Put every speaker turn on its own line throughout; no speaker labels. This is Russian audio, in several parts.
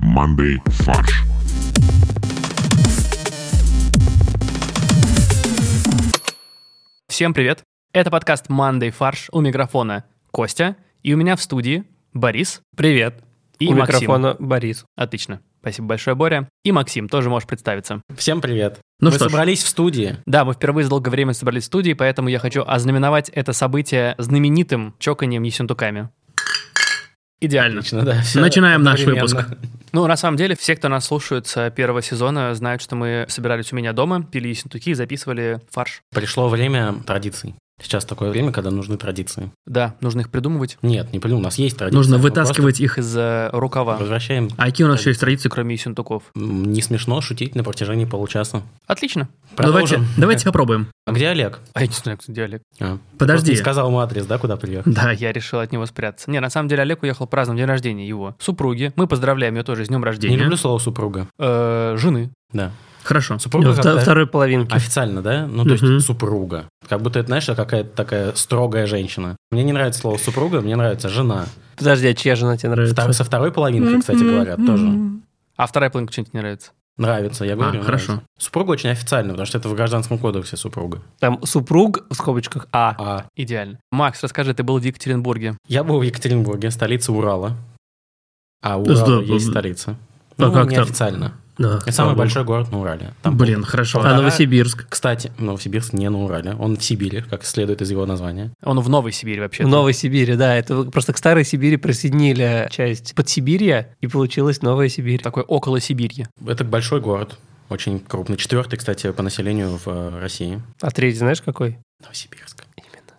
командой «Фарш».
Всем привет! Это подкаст «Мандай фарш» у микрофона Костя, и у меня в студии Борис
Привет.
и
У
Максим.
микрофона Борис.
Отлично. Спасибо большое, Боря. И Максим, тоже можешь представиться.
Всем привет.
Ну
Мы
что ж.
собрались в студии.
Да, мы впервые за долгое время собрались в студии, поэтому я хочу ознаменовать это событие знаменитым чоканием ессентуками. Идеально.
Отлично, да. всё
Начинаем наш
одновременно.
выпуск.
Ну, на самом деле, все, кто нас слушают с первого сезона, знают, что мы собирались у меня дома, пили ессентуки и записывали фарш.
Пришло время традиций. Сейчас такое время, когда нужны традиции.
Да, нужно их придумывать
Нет, не понимаю, у нас есть традиции.
Нужно
мы
вытаскивать их.
их из э,
просто
рукава,
Возвращаем.
А какие у нас еще есть традиции?
кроме ессентуков.
М, Не смешно шутить на протяжении получаса.
Отлично.
Продолжим.
Ну, Давайте, давайте попробуем.
А где Олег?
А я не знаю, кто диалект.
А, просто
Подожди.
не сказал ему адрес, да, куда приехал?
Да, я-
Я решил от него спрятаться. Не, на самом деле Олег уехал праздновать день рождения его супруги. Мы поздравляем ее тоже с днем
Не
рождения.
люблю слово супруга.
Э, жены.
Да.
хорошо. Ну.
Супруга.
Вто-
как-то
Второй А половинки.
Официально, да? Ну, то
Мгм.
есть супруга. Как будто это, знаешь, какая-то такая строгая женщина. Мне не нравится слово супруга, мне нравится жена.
Подожди, а чья жена тебе нравится?
Втор- со второй половинкой, кстати, говорят, тоже.
А вторая половинка что-нибудь не нравится.
Нравится, я говорю.
А, хорошо.
нравится. Супруга очень официально, потому что это в гражданском кодексе супруга.
Там супруг в скобочках А.
А
Идеально. Макс, расскажи, ты был в Екатеринбурге.
я был в Екатеринбурге, столица Урала. А у
Да,
Урала
стоп,
есть
а-
столица.
а
Ну,
как там?
неофициально.
Да,
Это
слава
самый
богу.
большой город на Урале. Там
Блин, хорошо. А
полтора-
Новосибирск?
Кстати, Новосибирск не на Урале, он в Сибири, как следует из его названия.
Он в Новой Сибири вообще.
В Новой Сибири, да. Это вы просто к Старой Сибири присоединили часть Подсибирья, и получилась Новая Сибирь.
Такой около Сибири.
Это большой город, очень крупный. Четвертый, кстати, по населению в э, России.
А третий знаешь какой?
Новосибирск.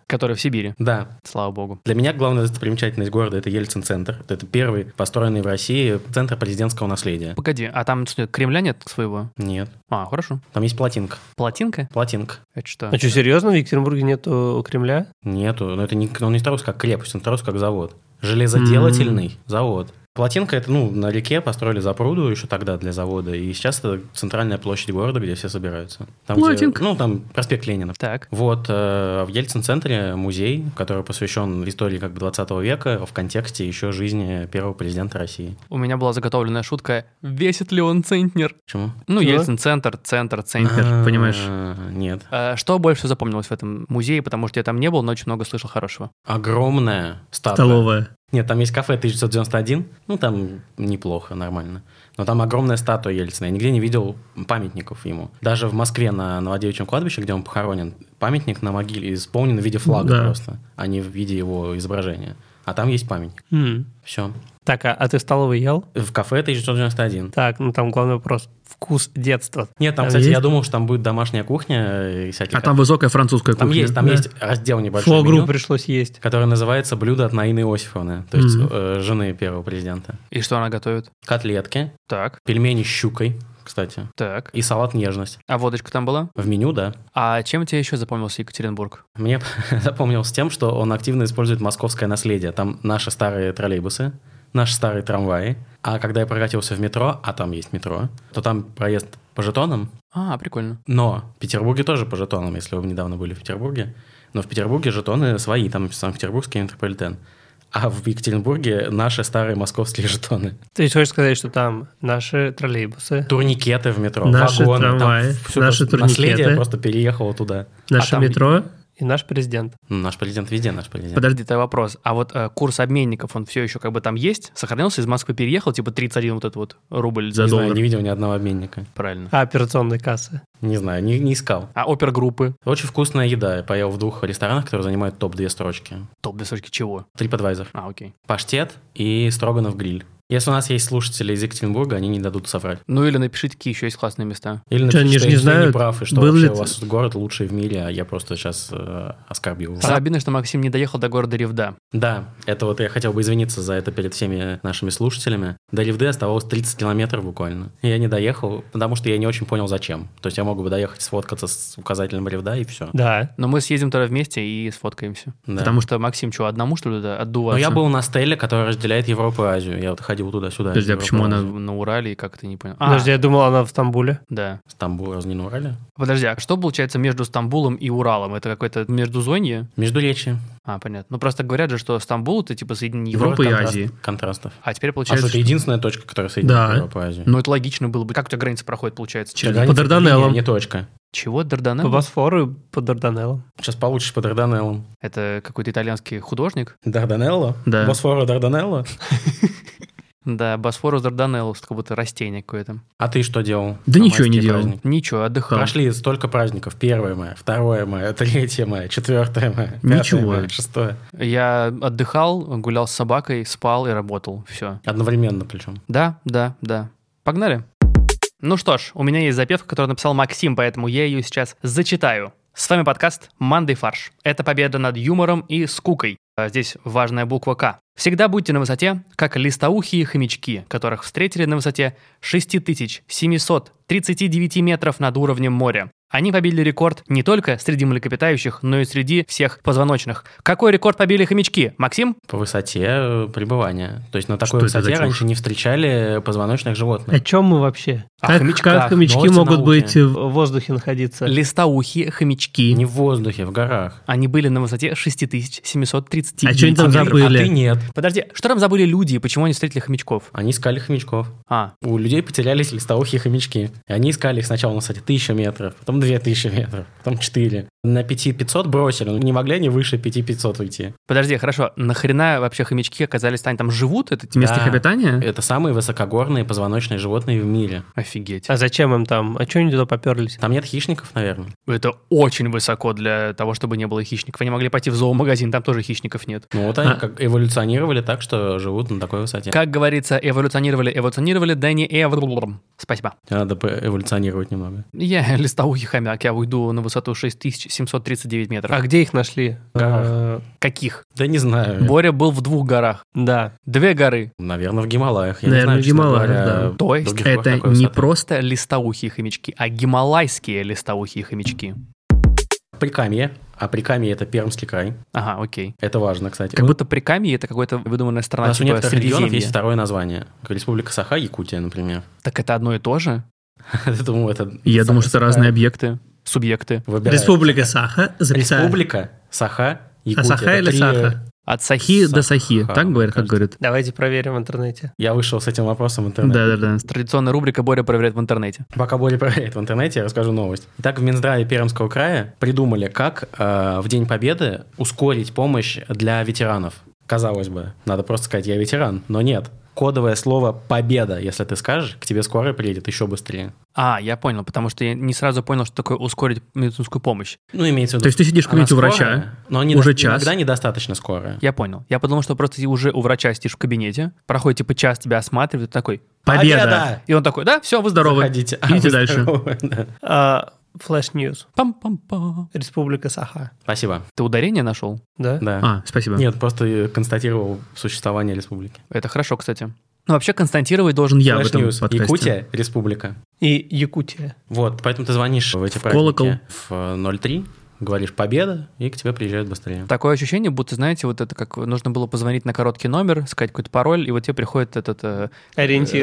который в Сибири.
Да.
Слава богу.
Для меня главная достопримечательность города – это Ельцин-центр. Это первый построенный в России центр президентского наследия.
Погоди, а там что, Кремля нет своего?
Нет,
А, хорошо.
там есть плотинка.
Плотинка?
Плотинка.
Это что?
А что, серьезно, в Екатеринбурге нету Кремля?
Нету, но это не, он не строился как крепость, он строился как завод. Железоделательный завод. Плотинка это, ну, на реке построили запруду еще тогда для завода, и сейчас это центральная площадь города, где все собираются. Там, где-
Плотинка.
ну, там проспект Ленина.
Так.
Вот, э, в Ельцин-центре музей, который посвящен истории как бы 20 века в контексте еще жизни первого президента России.
У меня была заготовленная шутка. Весит ли он центнер?
Почему?
Ну,
Да.
Ельцин-центр, центр, центнер.
А,
понимаешь.
Нет.
Э, Что больше запомнилось в этом музее, потому что я там не был, но очень много слышал хорошего.
Огромная статуя.
Столовая.
Нет, там есть кафе 1991, ну там неплохо, нормально. Но там огромная статуя Ельцина, я нигде не видел памятников ему. Даже в Москве на Новодевичьем кладбище, где он похоронен, памятник на могиле исполнен в виде флага
Да.
просто, а не в виде его изображения. А там есть памятник.
М.
Все.
Так, а, а ты в столовой ел?
В кафе 1991.
Так, ну там главный вопрос. Вкус детства.
Нет, там,
Там
кстати, я
А есть?
думал, что там будет домашняя кухня и всякие...
А там высокая французская
Там
кухня.
есть, там
да?
есть раздел небольшой
Флогру
меню,
пришлось есть.
который называется «Блюдо от Наины Иосифовны», то есть
Мгм.
э, жены первого президента.
И что она готовит?
Котлетки,
Так,
пельмени с щукой, кстати,
так.
и салат нежность.
А водочка там была?
В меню, да.
А чем тебе еще запомнился Екатеринбург?
Мне запомнилось тем, что он активно использует московское наследие. Там наши старые троллейбусы, наши старые трамваи. А когда я прокатился в метро, а там есть метро, то там проезд по жетонам.
А, прикольно.
Но в Петербурге тоже по жетонам, если вы недавно были в Петербурге. Но в Петербурге жетоны свои, там Санкт-Петербургский метрополитен. А в Екатеринбурге наши старые московские жетоны.
Ты хочешь сказать, что там наши троллейбусы,
Турникеты в метро,
Наши
вагоны. там
трамваи,
всё
наши
просто Наследие
турникеты.
просто переехало туда.
Наше
А там-
метро.
и наш президент.
Наш президент везде наш президент.
Подожди, это вопрос. А вот э, курс обменников, он все еще как бы там есть? Сохранился, из Москвы переехал, типа 31 вот этот вот рубль
За
за...
не знаю,
доллар.
не видел ни одного обменника.
Правильно.
А операционные кассы.
Не знаю, не, не искал.
А опергруппы?
Очень вкусная еда. Я поел в двух ресторанах, которые занимают топ-2 строчки.
Топ две строчки чего?
TripAdvisor.
А, окей.
Паштет и строганов гриль. Если у нас есть слушатели из Екатеринбурга, они не дадут соврать.
Ну или напишите, какие еще есть классные места.
Или
Чё,
напишите,
они ж
что
не
я
знают,
прав, и что
был
вообще
ли
у вас город лучший в мире, а я просто сейчас оскорбил вас.
Самое обидное, что Максим не доехал до города Ревда.
Да, это вот я хотел бы извиниться за это перед всеми нашими слушателями. До Ливды оставалось 30 километров буквально. Я не доехал, потому что я не очень понял, зачем. То есть я мог бы доехать, сфоткаться с указателем Ливда и все.
Да.
Но мы съездим тогда вместе и сфоткаемся.
Да.
Потому что Максим что, одному что ли туда
Но
Ну,
отдуваться?
я был на стеле, который разделяет Европу и Азию. Я вот ходил туда-сюда.
Подожди, а
из
почему
Европы.
она-
На Урале, как ты не понял. А,
Подожди, я думал, она в Стамбуле.
да.
Стамбул разве не на Урале?
Подожди, а что получается между Стамбулом и Уралом? Это какое-то междузонье?
Междуречи.
А, понятно. Ну, просто говорят же, что Стамбул — это типа соединение Европы.
Европа и
Контраст-
Азия.
Контрастов.
А теперь
А что,
получается...
это единственная точка, которая соединяет
Да.
Европу и Азию?
Ну, это логично было бы. Как у тебя граница проходит, получается? Через...
Граница
По Дарданеллам.
линия, Не точка.
Чего?
По
Дарданеллы?
Босфору и по Дарданеллам.
Сейчас получишь по Дарданеллам.
Это какой-то итальянский художник?
Дарданелла?
Да.
Босфора Дарданелла?
Да, Босфорус Дарданеллус, как будто растение какое-то.
А ты что делал?
Да
На
ничего я не
майские
делал.
праздники?
Ничего, отдыхал.
Прошли столько праздников. 1 мая, 2 мая, 3 мая, 4 мая, 5
Ничего.
мая, 6.
Я отдыхал, гулял с собакой, спал и работал. Все.
Одновременно причем.
Да, да, да. Погнали. Ну что ж, у меня есть запевка, которую написал Максим, поэтому я ее сейчас зачитаю. С вами подкаст «Мандай фарш». Это победа над юмором и скукой. А Здесь важная буква «К». Всегда будьте на высоте, как листоухие хомячки, которых встретили на высоте 6739 метров над уровнем моря. Они побили рекорд не только среди млекопитающих, но и среди всех позвоночных. Какой рекорд побили хомячки, Максим?
По высоте э, пребывания. То есть на такой
это за
высоте
чушь?
раньше не встречали позвоночных животных.
О чем мы вообще?
О
Как,
хомячках,
как хомячки
новости
могут
науки.
быть...
В
э,
воздухе находиться.
Листоухие хомячки.
Не в воздухе, в горах.
Они были на высоте 6730
А чё они там
метров.
забыли?
А ты нет.
Подожди, что там забыли люди и почему они встретили хомячков?
Они искали хомячков.
А,
У людей потерялись листоухие хомячки. И они искали их сначала на высоте 1000 метров, потом 2000 метров, потом 4. На 5500 бросили, но не могли они выше 5500 уйти.
подожди, хорошо, нахрена вообще хомячки оказались, они там живут? Это типа...
Место их
Да.
обитания?
Это самые высокогорные позвоночные животные в мире.
Офигеть.
А зачем им там? А чё они туда поперлись?
Там нет хищников, наверное.
Это очень высоко для того, чтобы не было хищников. Они могли пойти в зоомагазин, там тоже хищников нет.
Ну вот они
А.
как эволюционировали так, что живут на такой высоте.
Как говорится, эволюционировали, эволюционировали, да не эволюционировали. Спасибо.
Надо эволюционировать немного.
Я листоухий хомяк, я уйду на высоту 6739 метров.
А где их нашли?
горах.
Э,
каких?
Да не знаю.
Боря был в двух горах.
Да.
Две горы.
Наверное, в Гималаях. Я не
Наверное,
знаю,
в
честно
Гималаях,
говоря,
да.
То есть
других гор
Это не
такой высоты.
просто...
просто листоухие хомячки, а гималайские листоухие хомячки.
Прикамье. А Прикамье это Пермский край.
Ага, окей.
Это важно, кстати.
Типа
Как будто Прикамье это какая-то выдуманная
У
страна,
нас у
типа
некоторых регионов
Средиземья.
есть второе название. Как Республика Саха, Якутия, например.
Так это одно и то же?
Я думаю, это...
Я думаю, что это разные объекты.
Объекты, субъекты.
Выбирай.
Республика Саха. запятая.
Республика Саха, Якутия.
А Саха
Это
или
три- э,
Саха?
От Сахи
Хи
до
до Сахи.
Саха,
Так говорят, как
кажется.
говорят?
Давайте проверим в интернете.
Я вышел с этим вопросом в интернете.
Да-да-да.
традиционная рубрика Боря проверяет в интернете.
Пока Боря проверяет в интернете, я расскажу новость. Итак, в Минздраве Пермского края придумали, как э, в День Победы ускорить помощь для ветеранов. Казалось бы, надо просто сказать, я ветеран, но нет. Кодовое слово «победа», если ты скажешь, к тебе скорая приедет еще быстрее.
А, я понял, потому что я не сразу понял, что такое ускорить медицинскую помощь.
Ну, имеется в виду...
То есть ты сидишь в
она
кабинете у
скорая,
врача,
но не
уже
до-
час.
иногда недостаточно скорая.
Я понял. Я подумал, что просто уже у врача сидишь в кабинете, проходит типа час, тебя осматривают, ты такой.
Победа!
И он такой, да, все, вы здоровы.
Заходите. А,
Идите
вы
дальше.
здоровы, да.
Флэш Ньюс.
Пам-пам-пам.
А, Республика Саха.
Спасибо.
Ты ударение нашел?
Да?
Да.
А, спасибо.
Нет, просто э, констатировал существование республики.
Это хорошо, кстати. Ну, вообще, Константировый должен
Я в
Flash
этом
News.
подкасте.
Якутия, республика.
И Якутия.
Вот, поэтому ты звонишь в эти
В
праздники
колокол.
в э, 03, говоришь «Победа», и к тебе приезжают быстрее.
Такое ощущение, будто, знаете, вот это как нужно было позвонить на короткий номер, сказать какой-то пароль, и вот тебе приходит этот... э,
Ориентир.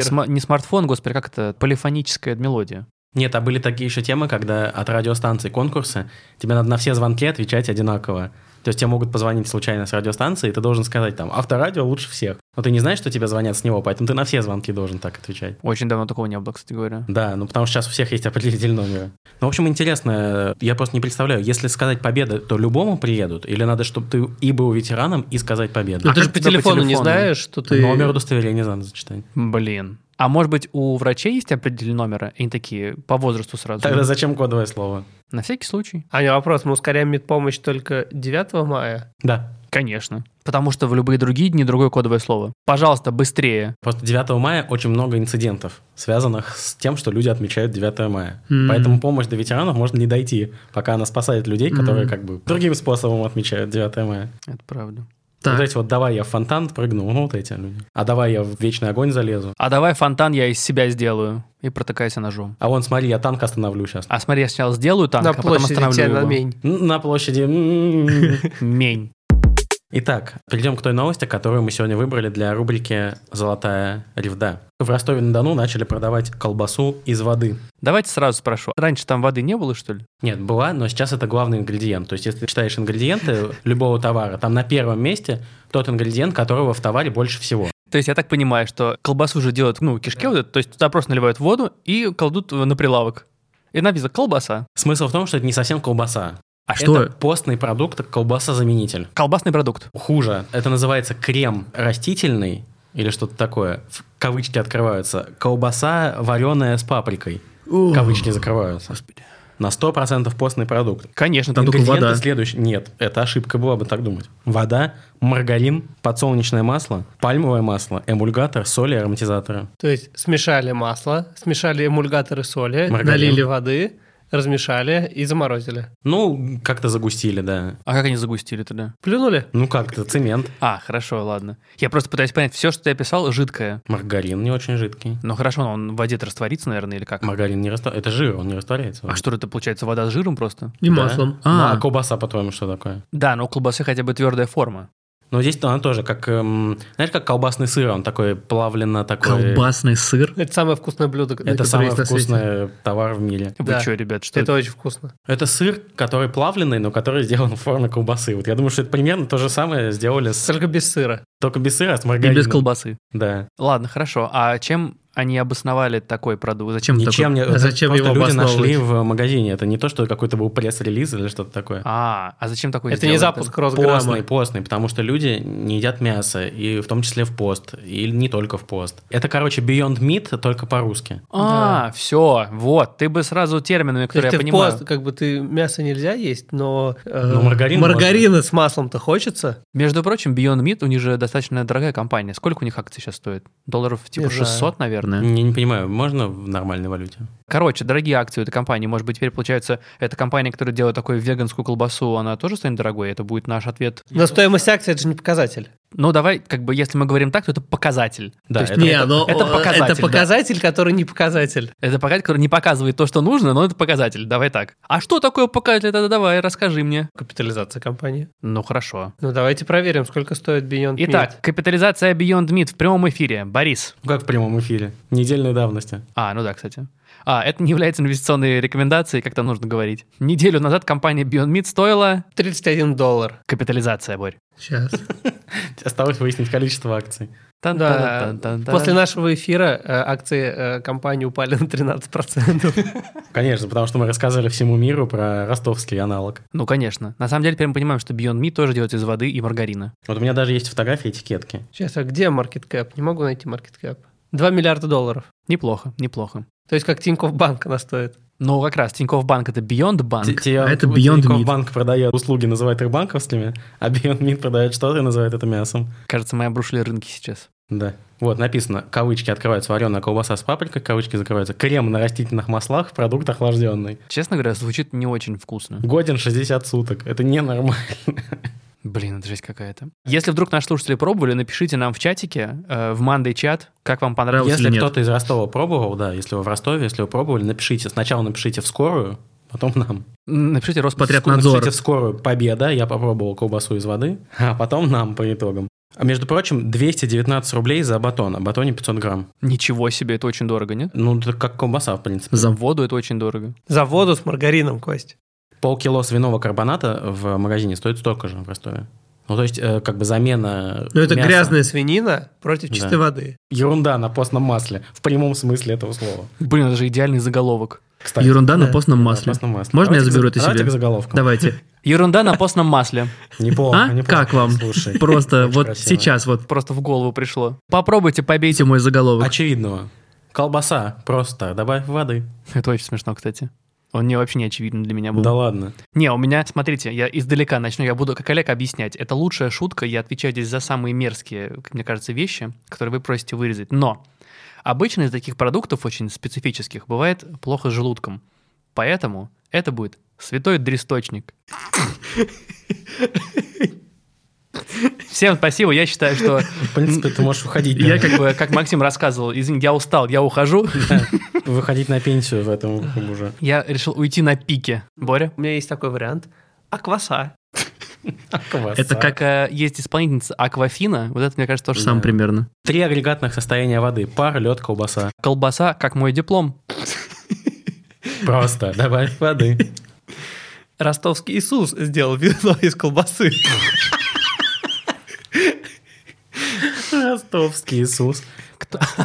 э, сма- не смартфон, господи, как это? Полифоническая мелодия.
Нет, а были такие еще темы, когда от радиостанции конкурсы, тебе надо на все звонки отвечать одинаково. То есть тебе могут позвонить случайно с радиостанции, и ты должен сказать там «Авторадио лучше всех». Но ты не знаешь, что тебе звонят с него, поэтому ты на все звонки должен так отвечать.
Очень давно такого не было, кстати говоря.
Да, ну потому что сейчас у всех есть определитель номера. Ну, в общем, интересно, я просто не представляю, если сказать победа, то любому приедут, или надо, чтобы ты и был ветераном, и сказать победа.
А
А ты
как
же по
тебя по
телефону не
телефону?
знаешь, что ты...
Номер удостоверения надо зачитать.
Блин. А может быть, у врачей есть определенные номера? И они такие по возрасту сразу.
Тогда зачем кодовое слово?
На всякий случай.
Аня, А, вопрос. Мы ускоряем медпомощь только 9 мая?
Да.
Конечно. Потому что в любые другие дни другое кодовое слово. Пожалуйста, быстрее.
Просто 9 мая очень много инцидентов, связанных с тем, что люди отмечают 9 мая.
М.
Поэтому помощь до ветеранов может не дойти, пока она спасает людей, которые
М.
как бы другим способом отмечают 9 мая.
Это правда.
Так.
Вот эти вот «давай я в фонтан прыгну», ну вот эти люди. А «давай я в вечный огонь залезу»,
А давай фонтан я из себя сделаю. И протыкайся ножом.
а вон смотри, я танк остановлю сейчас.
А смотри, я сначала сделаю танк,
на
а потом
площади
остановлю
тебя
его.
на мень.
М, На площади. м.
Мень.
М-м-м. Итак, перейдем к той новости, которую мы сегодня выбрали для рубрики «Золотая ревда». В Ростове-на-Дону начали продавать колбасу из воды.
Давайте сразу спрошу. Раньше там воды не было, что ли?
Нет, была, но сейчас это главный ингредиент. То есть, если ты читаешь ингредиенты любого товара, там на первом месте тот ингредиент, которого в товаре больше всего.
То есть я так понимаю, что колбасу же делают, ну, кишки вот это, то есть туда просто наливают воду и кладут э, на прилавок. И написано колбаса.
Смысл в том, что это не совсем колбаса.
А
Что?
Это постный продукт, колбаса-заменитель.
Колбасный продукт.
Хуже. Это называется крем растительный или что-то такое. В кавычки открываются. Колбаса, вареная с паприкой. Кавычки закрываются. На 100% постный продукт.
Конечно,
А Там
там
только
Ингредиенты
вода.
следующие. Нет, это ошибка была бы так думать. Вода, маргарин, подсолнечное масло, пальмовое масло, эмульгатор, соль и ароматизаторы.
То есть смешали масло, смешали эмульгаторы соли,
Маргарин.
налили воды, размешали и заморозили.
Ну, как-то загустили, да.
А как они загустили тогда?
Плюнули?
Ну, как-то цемент.
А, хорошо, ладно. Я просто пытаюсь понять, все, что ты описал, жидкое.
Маргарин не очень жидкий.
Ну хорошо, но он в воде растворится, наверное, или как?
Маргарин не растворяется. Это жир, он не растворяется.
А что это получается, вода с жиром просто?
И
Да.
маслом.
Ну,
А,
а колбаса, по-твоему, что такое?
Да, но у колбасы хотя бы твердая форма.
Но здесь она тоже как, эм, знаешь, как колбасный сыр, он такой плавленно такой.
колбасный сыр.
Это самое вкусное блюдо.
Это
который
самый
есть на свете.
вкусный товар в мире.
Вы
Да.
что, ребят, что
Это
это?
очень вкусно.
Это сыр, который плавленый, но который сделан в форме колбасы. Вот я думаю, что это примерно то же самое сделали с...
Только без сыра.
только без сыра, а с
И
маргарином.
без колбасы.
Да.
Ладно, хорошо. А чем они обосновали такой продукт? Зачем?
Чем
Ничем
такой-
не... это
а Зачем
просто
его
люди нашли
обосновывать?
в магазине. Это не то, что какой-то был пресс-релиз или что-то такое.
А, а зачем такой
это не
сделали?
запуск
Постный,
Росграмма.
постный, потому что люди не едят мясо, и в том числе в пост, и не только в пост. Это, короче, Beyond Meat, только по-русски.
А, все, вот, ты бы сразу терминами,
То
которые
есть
я
ты в
понимаю.
пост, как бы ты мясо нельзя есть, но, э,
Но маргарин
маргарина с маслом-то хочется.
Между прочим, Beyond Meat, у них же достаточно дорогая компания. Сколько у них акций сейчас стоит? Долларов типа
Не знаю.
600, наверное.
Я не понимаю, можно в нормальной валюте?
Короче, дорогие акции у этой компании. Может быть, теперь, получается, эта компания, которая делает такую веганскую колбасу, она тоже станет дорогой? Это будет наш ответ.
Но стоимость акции это же не показатель.
Ну, давай, как бы, если мы говорим так, то это показатель.
Да,
То есть
это-
Не, но
это
э,
показатель,
это пока-
да.
Показатель, который не показатель.
Это показатель, который не показывает то, что нужно, но это показатель. Давай так. А что такое показатель? Тогда давай, расскажи мне.
Капитализация компании.
Ну, хорошо.
Ну давайте проверим, сколько стоит Beyond Meat.
Итак, капитализация Beyond Meat в прямом эфире. Борис.
Ну, Как в прямом эфире. Недельной давности.
А, ну да, кстати. А, это не является инвестиционной рекомендацией, как там нужно говорить. Неделю назад компания Beyond Meat стоила
31 доллар.
капитализация, Борь.
Сейчас.
Осталось выяснить количество акций.
Да.
Тан-тан-тан-тан-тан.
После нашего эфира э, акции э, компании упали на 13%.
Конечно, потому что мы рассказывали всему миру про ростовский аналог.
Ну, конечно. На самом деле, теперь мы понимаем, что Beyond Meat тоже делается из воды и маргарина.
Вот у меня даже есть фотографии этикетки.
Сейчас, а где Market Cap? Не могу найти Market Cap. 2 миллиарда долларов.
Неплохо, неплохо.
То есть как Тинькофф Банк она стоит.
Но как раз Тинькофф Банк — это Beyond Банк.
Те-
А это
вот
Beyond
Тинькофф
Meat.
Банк продает услуги, называет их банковскими, а Beyond Meat продает что-то и называет это мясом.
Кажется, мы обрушили рынки сейчас.
Да. Вот написано, кавычки открываются, вареная колбаса с паприкой, кавычки закрываются, крем на растительных маслах, продукт охлажденный.
Честно говоря, звучит не очень вкусно.
Годен 60 суток. Это ненормально.
Блин, это жесть какая-то. Если вдруг наши слушатели пормовали, напишите нам в чатике, э, в Мандай чат, как вам понравилось.
Понравилось
Если
или нет?
кто-то из Ростова пробовал, да, если вы в Ростове, если вы пробовали, напишите. Сначала напишите в скорую, потом нам.
М, Напишите Роспотреб.
Роспотребнадзор.
Напишите в скорую «Победа», я попробовал колбасу из воды, а потом нам по итогам. А между прочим, 219 рублей за батон, а батоне 500 грамм.
Ничего себе, это очень дорого, нет?
Ну, это как колбаса, в принципе.
За
Воду это очень дорого.
За воду с маргарином, Кость.
Полкило свиного карбоната в магазине стоит столько же в Ростове. Ну, то есть, э, как бы замена
Ну, это грязное
мяса.
Красная свинина против чистой
Да.
воды.
Ерунда на постном масле, в прямом смысле этого слова.
Блин, это же идеальный заголовок.
Кстати,
ерунда на
Да.
постном
на
масле.
постном масле.
Можно я
Давайте к
заберу
за-
это
Давайте
себе?
к заголовкам.
Давайте.
Ерунда на постном масле.
Неплохо,
А?
неплохо.
Как вам?
Слушай,
Просто
очень
вот
красиво.
сейчас вот
Просто в голову пришло. Попробуйте, А побейте.
видите мой заголовок.
Очевидного. Колбаса просто добавь воды.
Это очень смешно, кстати. Он мне вообще не очевиден для меня был.
Да ладно.
Не, у меня, смотрите, я издалека начну, я буду как Олег объяснять. Это лучшая шутка, я отвечаю здесь за самые мерзкие, как мне кажется, вещи, которые вы просите вырезать. Но обычно из таких продуктов очень специфических бывает плохо с желудком. Поэтому это будет святой дресточник. Всем спасибо, я считаю, что
В принципе, ты можешь уходить.
Я
да.
как бы, как Максим рассказывал, извините, я устал, я ухожу.
Выходить на пенсию в этом уже.
Я решил уйти на пике. Боря?
У меня есть такой вариант. Акваса.
Это как э, есть исполнительница Аквафина, вот это, мне кажется, э, то же
Сам
самое.
примерно.
Три агрегатных состояния воды. Пар, лед, колбаса.
Колбаса, как мой диплом.
Просто добавь воды.
Ростовский Иисус сделал вино из колбасы.
Ростовский Иисус.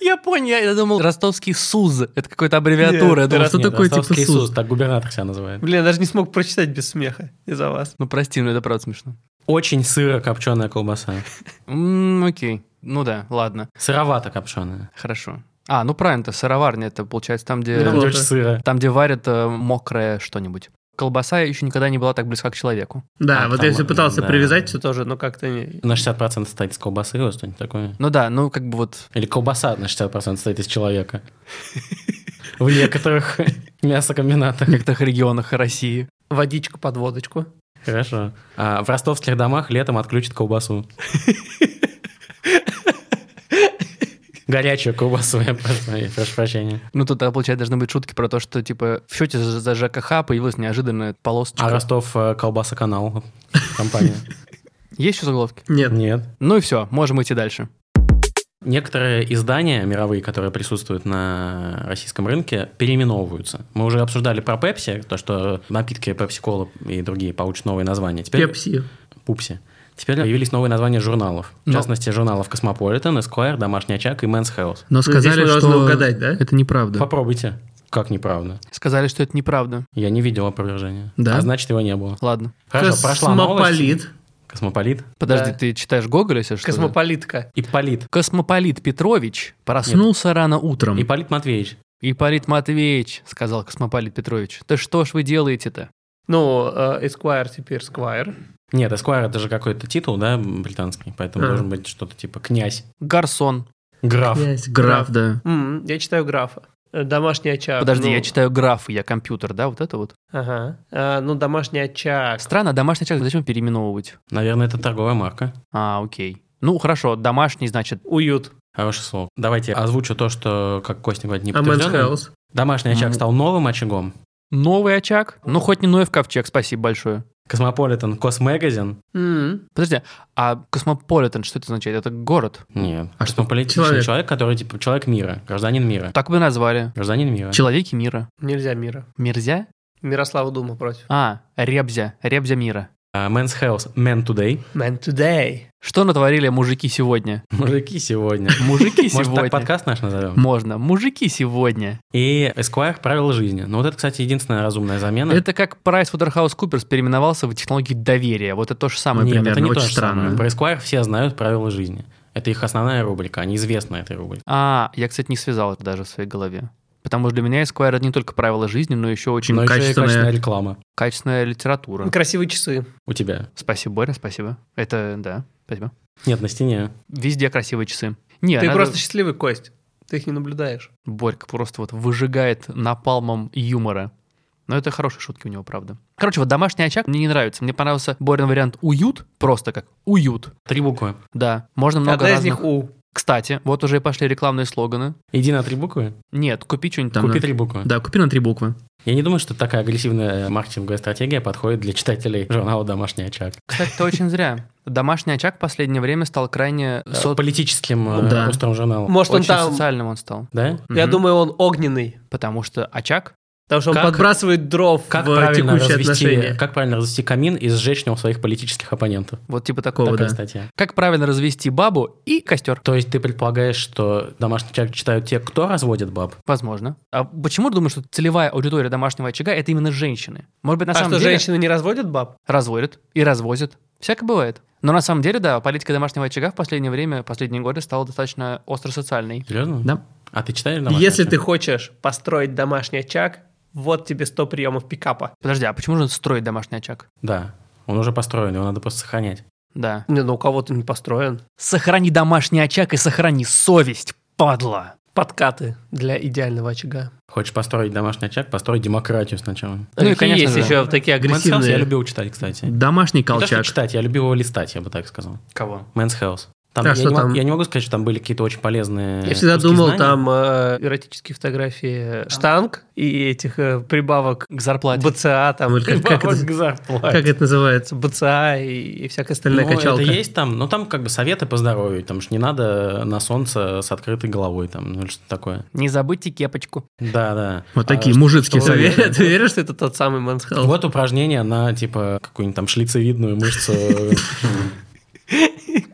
Я понял, я думал, ростовский СУЗ. Это какая-то аббревиатура. я
Нет,
думал,
Что
что-
такое, типа,
Ростовский
Иисус?
Иисус? Так губернатор себя называет.
Блин, я даже не смог прочитать без смеха из-за вас.
Ну, прости, но это правда смешно.
Очень сыро копченая колбаса.
М, Окей, ну да, ладно,
Сыровато копченая.
хорошо. А, ну правильно-то, сыроварня, это получается там, где...
Там,
Ну,
где
да.
очень сыро.
Там, где варят э, мокрое что-нибудь. Колбаса еще никогда не была так близка к человеку.
Да,
А,
вот
там,
я все пытался
да.
привязать.
Все тоже, но как-то не...
На 60% стоит из колбасы или что-нибудь такое.
Ну да, ну как бы вот...
Или колбаса на 60% состоит из человека. В некоторых мясокомбинатах.
В некоторых регионах России.
Водичку под водочку.
Хорошо. А в ростовских домах летом отключат колбасу. Горячую колбасу, я прошу, я прошу прощения.
Ну тут, да, получается, должны быть шутки про то, что, типа, в счете за, за ЖКХ появилась неожиданная полосочка.
А Ростов э, колбаса канал компания.
Есть еще заголовки?
Нет.
Нет.
Ну и все, можем идти дальше.
Некоторые издания мировые, которые присутствуют на российском рынке, переименовываются. Мы уже обсуждали про Пепси, то, что напитки Пепси Кола и другие получат новые названия. Теперь
Пепси.
Пупси. Теперь появились новые названия журналов. В
Ну.
частности, журналов Cosmopolitan, Esquire, Домашний очаг и Men's Health.
Но
здесь
сказали,
мы
что...
должны угадать, да?
Это неправда.
Попробуйте. Как неправда.
Сказали, что это неправда.
Я не видел опровержения.
Да?
А значит, его не было.
Ладно.
Хорошо, прошла новость.
Космополит.
Космополит.
Подожди,
Да.
ты читаешь Гоголя, если что? ли?
Космополитка.
И полит.
Космополит Петрович проснулся рано утром.
И полит Матвеевич.
Ипполит Матвеевич, сказал Космополит Петрович, да что ж вы делаете-то?
Ну, э, Esquire теперь Squire.
Нет, Esquire это же какой-то титул, да, британский, поэтому
А.
должен быть что-то типа князь,
Гарсон.
граф.
Князь, Граф, да.
М, я читаю графа. Э, Домашний очаг.
Подожди,
ну,
я читаю графы, я компьютер, да, вот это вот.
Ага. А, ну, домашний очаг.
Странно, домашний очаг зачем переименовывать?
Наверное, это торговая марка.
А, окей. Ну, хорошо, домашний, значит,
Уют.
Хорошее слово. Давайте озвучу то, что, как Костя говорит, не
А Мэнс
подтвержденное.
Хаус?
Домашний очаг
М.
стал новым очагом.
новый очаг. Ну, хоть не Ноев ковчег, спасибо большое.
Космополитен, Космэгазин.
М.
Подожди, а космополитен, что это означает? Это город.
Нет.
А что,
Космополитичный
человек?
человек, который типа человек мира, гражданин мира.
Так бы и назвали.
Гражданин мира.
Человеки мира.
Нельзя мира.
Мерзя?
Мирослава Дума против. А.
А, Ребзя. Ребзя мира.
А, Men's Health, Men Today.
Man Today.
Что натворили мужики сегодня?
Мужики сегодня.
Мужики
Может, так
сегодня.
подкаст наш назовем?
Можно. Мужики сегодня.
И Esquire правила жизни. Ну, вот это, кстати, единственная разумная замена.
Это как PricewaterhouseCoopers переименовался в технологии доверия. Вот это то же самое
Нет,
примерно.
это не
очень
то же
странно.
самое. Про Esquire все знают правила жизни. Это их основная рубрика, они известны этой рубрике.
А, я, кстати, не связал это даже в своей голове. Потому что для меня Esquire это не только правила жизни, но еще очень
Но ещё и
качественная-
качественная реклама
качественная литература.
Красивые часы.
у тебя.
Спасибо, Боря, спасибо. Это, да, спасибо.
Нет, на стене.
Везде красивые часы. Не,
Ты
надо-
просто счастливый, Кость. Ты их не наблюдаешь.
Борька просто вот выжигает напалмом юмора. Но это хорошие шутки у него, правда. Короче, вот домашний очаг мне не нравится. Мне понравился Борин вариант уют, просто как уют.
Три буквы.
Да, можно много
Одна из
разных.
них У.
Кстати, вот уже и пошли рекламные слоганы.
Иди на три буквы.
Нет, купи что-нибудь
Там
Купи
на-
три буквы.
Да, купи на три буквы.
Я не думаю, что такая агрессивная маркетинговая стратегия подходит для читателей журнала «Домашний очаг».
Кстати, это очень зря. Домашний очаг в последнее время стал крайне
Э,
со-
Политическим э,
Да.
постером журнала.
Может, он
очень
там...
социальным он стал.
Да?
Я
Мгм.
думаю, он огненный.
Потому что очаг,
Потому что он
Как-
подбрасывает дров. э,
Как
В
правильно,
текущие
развести,
отношения.
как правильно развести камин и сжечь в нем своих политических оппонентов?
вот типа
Такого,
такого.
Такая
да.
статья.
Как правильно развести бабу и костер?
То есть ты предполагаешь, что домашний очаг читают те, кто разводит баб?
Возможно. А почему ты думаешь, что целевая аудитория домашнего очага это именно женщины? Может быть, на
а
самом
что,
деле
женщины не разводят баб?
разводят и развозят. Всякое бывает. Но на самом деле, да, политика домашнего очага в последнее время, последние годы стала достаточно остросоциальной.
Серьезно?
Да.
А ты читаешь домашний
Если
очаг?
ты хочешь построить домашний очаг, вот тебе 100 приемов пикапа.
Подожди, а почему же строить домашний очаг?
Да. Он уже построен, его надо просто сохранять.
Да.
Не, ну у кого-то не построен.
Сохрани домашний очаг и сохрани совесть, падла.
Подкаты для идеального очага.
Хочешь построить домашний очаг, построй демократию сначала.
Ну и,
Такие
конечно
есть
же.
еще такие
Men's Health я
агрессивные.
любил читать, кстати.
Домашний
Не то, что
колчак.
читать, я любил его листать, я бы так сказал.
Кого?
Мэнс Health. Там,
А
я,
что
не мо-
там?
я не могу сказать, что там были какие-то очень полезные.
Я всегда
куски
думал,
знаний.
там э, эротические фотографии э, штанг и этих э, прибавок
К зарплате.
БЦА, там,
Или как- как это-
Бабок зарплат.
Как это называется?
БЦА и, и всякое
Стальная
остальное.
Ну, качалка.
это есть там, но там как бы советы по здоровью, там же не надо на солнце с открытой головой, там, ну или что такое.
Не забудьте кепочку.
Да, да.
Вот
А
такие
что-
мужицкие
что-
Ты
советы.
веришь, ты веришь, что это тот самый Мэнс
Вот упражнение на, типа, какую-нибудь там шлицевидную мышцу э,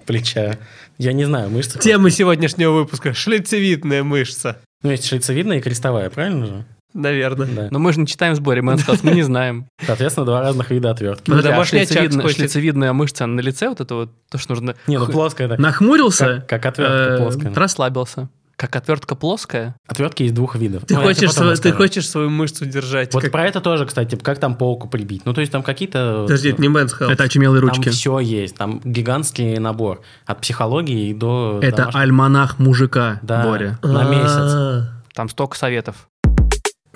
плеча. Я не знаю, мышцы.
Тема сегодняшнего выпуска – шлицевидная мышца.
Ну, есть шлицевидная и крестовая, правильно же?
Наверное.
Да.
Но Ну, мы же не читаем в сборе, Мэн сказал, мы не знаем.
Соответственно, два разных вида отвертки.
Подожди,
А
Домашний очаг
шлицевидная-
скотча.
шлицевидная мышца на лице, вот это вот, то, что нужно...
Не, ну плоская такая.
Нахмурился?
Как, как отвертка
Э,
плоская.
Расслабился. Как отвертка плоская.
Отвертки из двух видов.
Ты
Ну, я тебе
хочешь
потом
свой- ты
Ты
расскажу.
хочешь свою мышцу держать?
Вот
как-
про это тоже, кстати, как там пауку прибить. Ну, то есть там какие-то...
Подожди, это не Мэнс
Это
Это очумелые
Там
ручки.
все есть. Там гигантский набор. От психологии до...
Это
домашнего.
альманах мужика,
Да.
Боря.
на месяц.
А,
Там столько советов.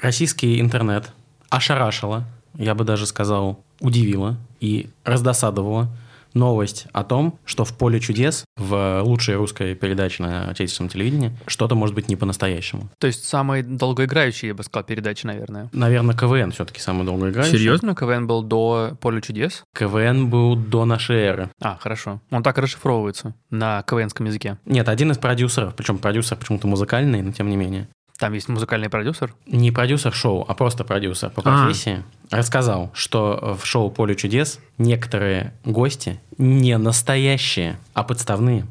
Российский интернет ошарашило, я бы даже сказал, удивило и раздосадовало новость о том, что в «Поле чудес», в лучшей русской передаче на отечественном телевидении, что-то может быть не по-настоящему.
То есть самые долгоиграющие, я бы сказал, передачи, наверное.
Наверное, КВН все-таки самый долгоиграющий.
Серьезно?
Ну, КВН был до «Поля чудес».
КВН был до нашей эры.
А, хорошо. Он так и расшифровывается на КВНском языке.
Нет, один из продюсеров, причем продюсер почему-то музыкальный, но тем не менее,
Там есть музыкальный продюсер.
не продюсер шоу, а просто продюсер по
А.
профессии, рассказал, что в шоу «Поле чудес» некоторые гости не настоящие, а подставные.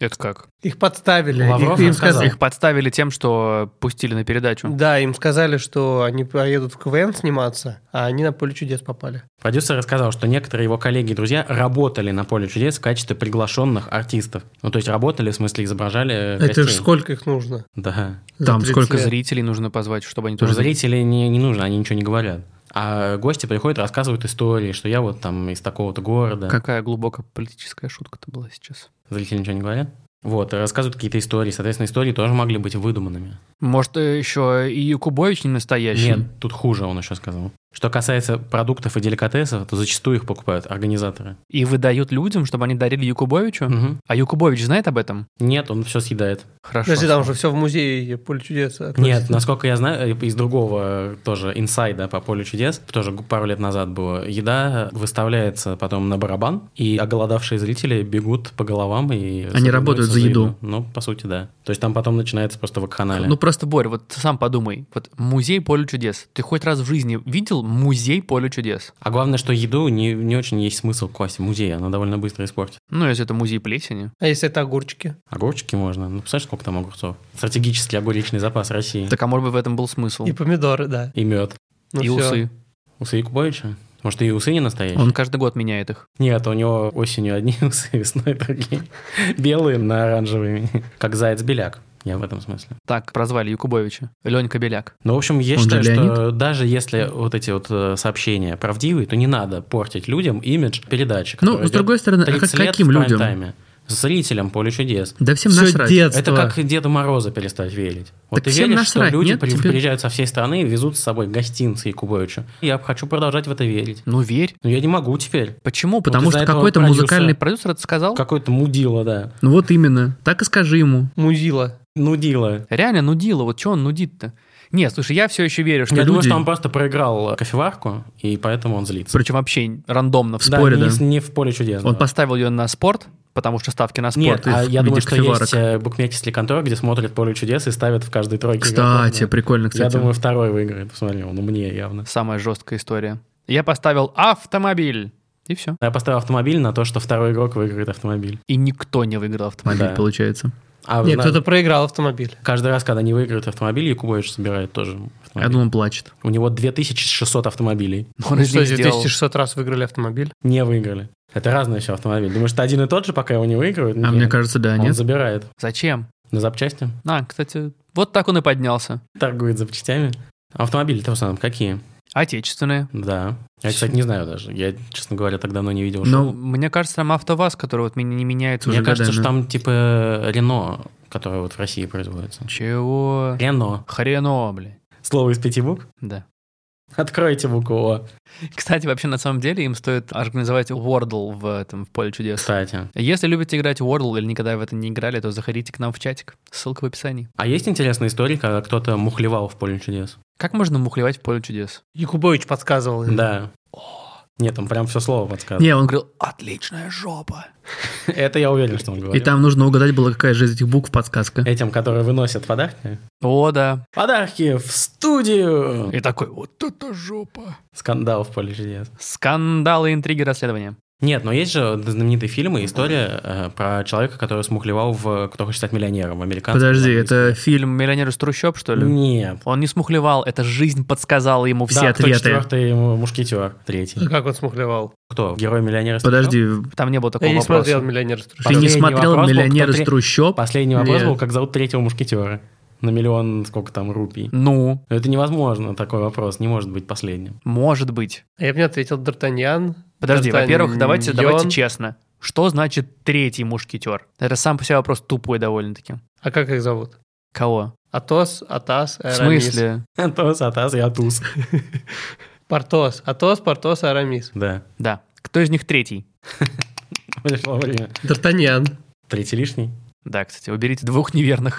Это как?
Их подставили.
Лавров
Их- им
рассказал.
сказали,
Их подставили тем, что пустили на передачу.
да, им сказали, что они поедут в КВН сниматься, а они на поле чудес попали.
Продюсер рассказал, что некоторые его коллеги и друзья работали на «Поле чудес» в качестве приглашенных артистов. Ну, то есть работали, в смысле, изображали э,
Это
гостей.
же сколько их нужно?
Да.
за
Там
30
сколько
лет?
Зрителей нужно позвать, чтобы они
Потому
тоже...
что зрителей не, не нужно, они ничего не говорят. А гости приходят, рассказывают истории, что я вот там из такого-то города.
Какая глубоко политическая шутка-то была сейчас.
Зрители ничего не говорят. Вот, рассказывают какие-то истории. Соответственно, истории тоже могли быть выдуманными.
Может, э, еще и Якубович не настоящий?
Нет, тут хуже, он еще сказал. Что касается продуктов и деликатесов, то зачастую их покупают организаторы.
И выдают людям, чтобы они дарили Якубовичу?
Мгм.
А Якубович знает об этом?
Нет, он все съедает.
Хорошо.
Подожди, там же все в музее поле чудес.
Нет,
относится.
насколько я знаю, из другого э, тоже инсайда по полю чудес, тоже г- пару лет назад было, еда выставляется потом на барабан, и оголодавшие зрители бегут по головам и... соревнуются
работают за еду.
Ну, по сути, да. То есть там потом начинается просто вакханалия.
Ну просто, Борь, вот ты сам подумай. Вот музей поле чудес. Ты хоть раз в жизни видел музей поле чудес?
А главное, что еду не, не очень есть смысл класть в музей, она довольно быстро испортится.
Ну, если это музей плесени.
А если это огурчики?
Огурчики можно. Ну, представляешь, сколько там огурцов? Стратегический огуречный запас России.
Так, а может быть, в этом был смысл?
И помидоры, да.
Ну. И мед.
Ну
и
всё.
усы.
Усы Якубовича? Может, и усы не настоящие?
Он каждый год меняет их.
Нет, у него осенью одни усы, весной другие. Белые на оранжевыми. Как заяц-беляк. Я в этом смысле.
Так прозвали Якубовича. Ленька Беляк.
Ну, в общем, я
Он же
считаю, что даже если вот эти вот э, сообщения правдивые, то не надо портить людям имидж передачи.
Ну,
которая
с другой стороны, а
идет
как-
30 лет
каким
в
людям?
прайм-тайме. Зрителям поле чудес.
Да всем
Всё
насрать.
детство.
Это как Деду Мороза перестать верить. Вот
Так
ты
всем
веришь,
насрать,
что люди
нет,
при-
тебе?
приезжают со всей страны и везут с собой гостинцы Якубовича. Я хочу продолжать в это верить.
Ну, верь.
Но я не могу теперь.
Почему?
Потому
Вот из-за
что
этого
какой-то
продюсера-
музыкальный...
Продюсер это сказал?
Какой-то мудила, да.
Ну вот именно. Так и скажи ему.
Музила.
Нудила.
Реально нудило. Вот что он нудит-то? Не, слушай, я все еще верю, что...
Я думаю,
Ну, люди-
что он просто проиграл кофеварку, и поэтому он злится.
Причем вообще рандомно.
Да. споре,
не, с- не в поле чудес.
Он
да.
Он поставил ее на спорт, потому что ставки на спорт.
Нет,
их
а
в
я
виде
думаю, что
кофеварок.
есть э, букмекерские конторы, где смотрят поле чудес и ставят в каждой тройке.
Кстати,
игроков, да.
прикольно,
Я
кстати.
думаю, второй выиграет. Посмотри, он умнее явно.
Самая жесткая история. Я поставил автомобиль. И все.
Я поставил автомобиль на то, что второй игрок выиграет автомобиль.
И никто не выиграл автомобиль.
Мобиль
да.
получается.
А
Нет,
на-
кто-то проиграл автомобиль.
каждый раз, когда не выиграет автомобиль, Якубович собирает тоже автомобиль.
Я думал, плачет.
У него 2600 автомобилей.
Но
Ну
он из
что,
них сделал.
2600 раз выиграли автомобиль.
Не выиграли. Это разные еще автомобили. Думаешь, что один и тот же, пока его не выиграют?
А мне кажется, да,
он
нет.
забирает
Зачем?
на запчасти.
А, кстати, вот так он и поднялся.
торгует запчастями. Автомобили-то в основном какие?
Отечественные.
Да. Я, кстати, не знаю даже. Я, честно говоря, так давно не видел.
Но
шоу.
Ну, мне кажется, там АвтоВАЗ, который вот ми- не меняется
Мне
уже.
уже
кажется,
годами.
что там типа Рено, которое вот в России производится.
Чего?
Рено.
Хрено, блин.
Слово из пяти букв?
Да.
Откройте букву О.
Кстати, вообще на самом деле им стоит организовать Wordle в этом в поле чудес.
Кстати.
Если любите играть в Wordle или никогда в это не играли, то заходите к нам в чатик. Ссылка в описании.
А есть интересная история, когда кто-то мухлевал в поле чудес?
Как можно мухлевать в поле чудес?
Якубович подсказывал.
Да. Нет, там прям все слово подсказывает.
Не,
Он
он
говорил, отличная жопа.
Это я уверен, что он
И
говорит.
там нужно угадать было, какая же из этих букв подсказка.
Этим, которые выносят подарки.
О, да.
Подарки в студию!
И такой, вот это жопа.
Скандал в поле чудес.
Скандалы, интриги, расследования.
Нет, но есть же знаменитые фильмы, и история э, про человека, который смухлевал в «Кто хочет стать миллионером» американцем.
Подожди, это фильм
Фильм «Миллионер из трущоб», что ли?
Нет.
Он не смухлевал, это жизнь подсказала ему все.
Да. ответы. Э,
четвертый мушкетер, третий.
Как он смухлевал?
Кто? Герой миллионера. из трущоб?
Подожди,
Там не было
Я
такого
не
вопроса.
смотрел «Миллионер из трущоб».
ты не
Последний
смотрел
вопрос был,
«Миллионер
кто
из
тре-
трущоб»?
Последний вопрос
Нет.
был, как зовут третьего мушкетера? На миллион сколько там рупий.
Ну,
Но это невозможно, такой вопрос, не может быть последним.
может быть.
А Я бы не ответил Д'Артаньян.
Подожди,
Д'Артаньян.
во-первых, давайте, давайте честно. Что значит третий мушкетер? Это сам по себе вопрос тупой довольно-таки.
А как их зовут?
Кого?
Атос, Атас,
В
Арамис.
смысле?
Атос, Атас и Атус.
Портос. Атос, Портос, Арамис.
Да,
Да. Кто из них третий?
пришло время.
Д'Артаньян.
Третий лишний.
Да, кстати, уберите двух неверных.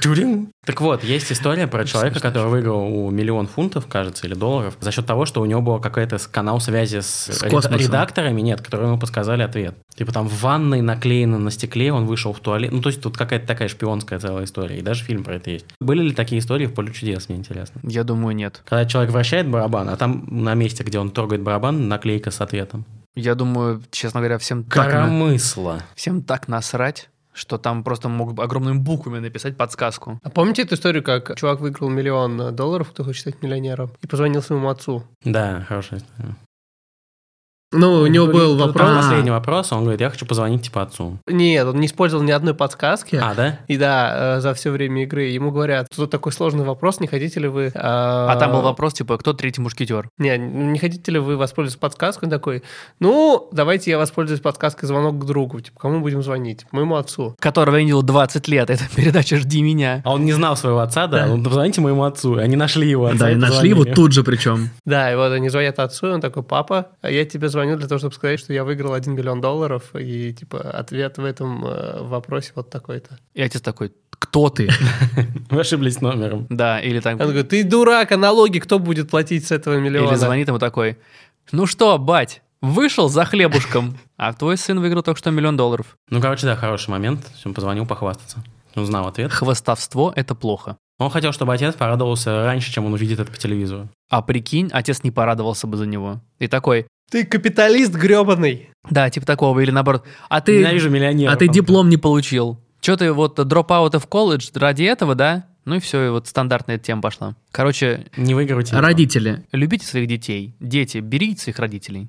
Так вот, есть история про человека, который выиграл у миллион фунтов, кажется, или долларов, за счет того, что у него был какой-то с- канал связи с,
С
реда-
космосом.
редакторами, нет, которые ему подсказали ответ. Типа там в ванной наклеено на стекле, он вышел в туалет. Ну, то есть тут какая-то такая шпионская целая история. И даже фильм про это есть. Были ли такие истории в поле чудес, мне интересно?
Я думаю, нет.
Когда человек вращает барабан, а там на месте, где он трогает барабан, наклейка с ответом.
Я думаю, честно говоря, всем так, на-
Коромысла.
всем так насрать, что там просто могут огромными буквами написать подсказку.
А помните эту историю, как чувак выиграл миллион э, долларов, кто хочет стать миллионером, и позвонил своему отцу?
Да, хорошая история.
Ну, у него был
Тут
вопрос.
Последний вопрос, А. он говорит, я хочу позвонить типа отцу.
Нет, он не использовал ни одной подсказки.
А, да?
И да, э, за все время игры ему говорят, тут такой сложный вопрос, не хотите ли вы... э,
А, там был вопрос, типа, кто третий мушкетер?
Не, не хотите ли вы воспользоваться подсказкой? Он такой, ну, давайте я воспользуюсь подсказкой звонок к другу. Типа, кому будем звонить? Моему отцу.
Которого я не видел 20 лет. Это передача «Жди меня».
А он не знал своего отца, да? Ну, позвоните моему отцу. И Они нашли его отца.
Да, и нашли его
позвонили.
тут же причем.
Да, и вот они звонят отцу, и он такой, папа, а я тебе звоню для того, чтобы сказать, что я выиграл 1 миллион долларов, и, типа, ответ в этом э, вопросе вот такой-то.
И отец такой,
Кто ты?
Вы ошиблись номером.
да, или там...
Он говорит, ты дурак, а налоги кто будет платить с этого миллиона?
Или звонит ему такой, ну что, бать, вышел за хлебушком, а твой сын выиграл только что миллион долларов.
Ну, короче, да, хороший момент. Всем позвонил похвастаться. Он знал ответ.
Хвостовство — это плохо.
Он хотел, чтобы отец порадовался раньше, чем он увидит это по телевизору.
А прикинь, отец не порадовался бы за него. И такой,
Ты капиталист гребаный.
да, типа такого, или наоборот, а ты,
Ненавижу миллионеров.
а ты
Он
диплом не получил. Че ты вот дропаут в колледж ради этого, да? Ну и все, и вот стандартная эта тема пошла. Короче,
такой, Не выигрывайте.
Родители.
любите своих детей. Дети, берите своих родителей.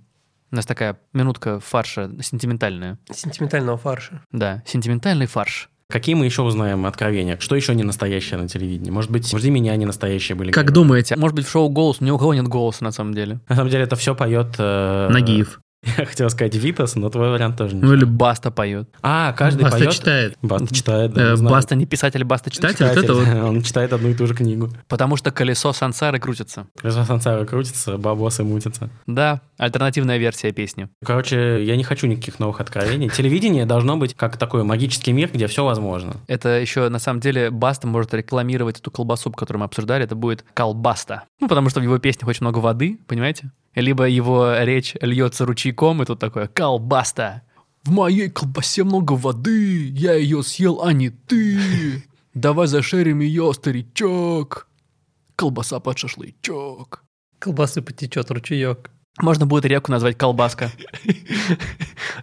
У нас такая минутка фарша сентиментальная.
Сентиментального фарша.
Да, сентиментальный фарш.
Какие мы еще узнаем откровения? Что еще не настоящее на телевидении? Может быть, «Жди меня» не настоящие были.
Как
герои?
думаете?
Может быть, в шоу «Голос» ни у кого нет голоса на самом деле.
На самом деле это все поет... э,
Нагиев.
Я хотел сказать Витас, но твой вариант тоже не
Ну или
знаю.
Баста поет.
А, каждый
Баста
поет...
читает.
Баста читает, да,
Э,
не знаю.
Баста не писатель, Баста читатель.
Читатель, вот это вот.
Он читает одну и ту же книгу.
Потому что колесо сансары крутится.
Крыса сансара крутится, бабосы мутятся.
Да, альтернативная версия песни.
Короче, я не хочу никаких новых откровений. Телевидение должно быть как такой магический мир, где все возможно.
Это еще на самом деле Баста может рекламировать эту колбасу, которую мы обсуждали. Это будет колбаста. Ну, потому что в его песнях очень много воды, понимаете? Либо его речь льется ручейком, и тут такое колбаста. В моей колбасе много воды, я ее съел, а не ты. Давай зашерим ее, старичок. Колбаса под шашлычок.
Колбасы потечет ручеек.
Можно будет реку назвать колбаска.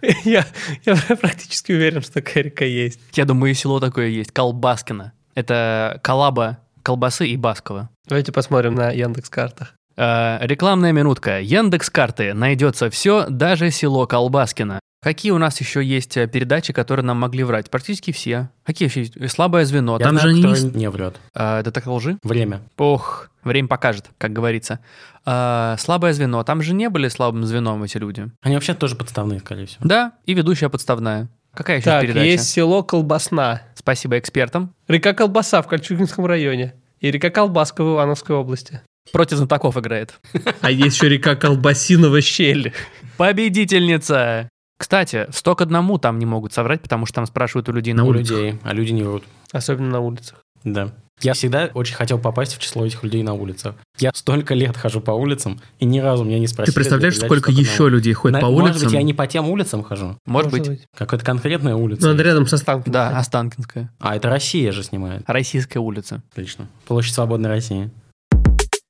Я, я практически уверен, что такая река есть.
Я думаю, и село такое есть. Колбаскино. Это коллаба колбасы и Баскова.
Давайте посмотрим на Яндекс картах.
Э, рекламная минутка. Яндекс карты. Найдется все, даже село Колбаскино. Какие у нас еще есть э, передачи, которые нам могли врать? Практически все. Какие еще есть? Слабое звено.
Я
А Там
знаю,
же
кто
они есть.
не врет.
Э, детектор лжи?
Время.
Ох, время покажет, как говорится. Э, слабое звено. Там же не были слабым звеном эти люди.
Они вообще тоже подставные, скорее всего.
Да, и ведущая подставная. Какая еще
так,
передача?
есть село Колбасна.
Спасибо экспертам.
Река Колбаса в Кольчугинском районе. И река Колбаска в Ивановской области.
Против знатоков играет.
А есть еще река Колбасинова щель.
Победительница! Кстати, в 100 к одному там не могут соврать, потому что там спрашивают у людей на
На
У
улице.
людей, а люди не врут.
Особенно на улицах.
Да. Я всегда очень хотел попасть в число этих людей на улицах. Я столько лет хожу по улицам, и ни разу меня не спросили.
Ты представляешь,
для
сколько
передачи «Что-то
еще
новое».
людей ходит
На-
по
Может
улицам?
быть, я не по тем улицам хожу.
Может быть.
Какая-то конкретная
Ну,
улица.
Надо рядом со станком.
Да, Останкинская.
А это Россия же снимает.
Российская улица.
Отлично. Площадь свободной России.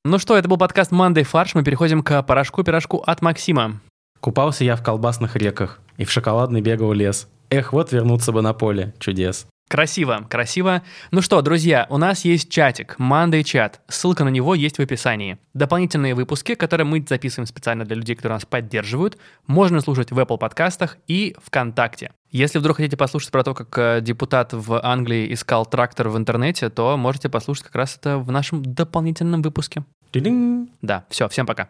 Ну что, это был подкаст «Мандай фарш». Мы переходим к порошку-пирожку от Максима.
Купался я в колбасных реках, и в шоколадный бегал лес. Эх, вот вернуться бы на поле. Чудес.
Красиво, красиво. Ну что, друзья, у нас есть чатик, Мандай чат. Ссылка на него есть в описании. Дополнительные выпуски, которые мы записываем специально для людей, которые нас поддерживают, можно слушать в Apple подкастах и ВКонтакте. Если вдруг хотите послушать про то, как э, депутат в Англии искал трактор в интернете, то можете послушать как раз это в нашем дополнительном выпуске.
Ти-динг.
Да, все, всем пока.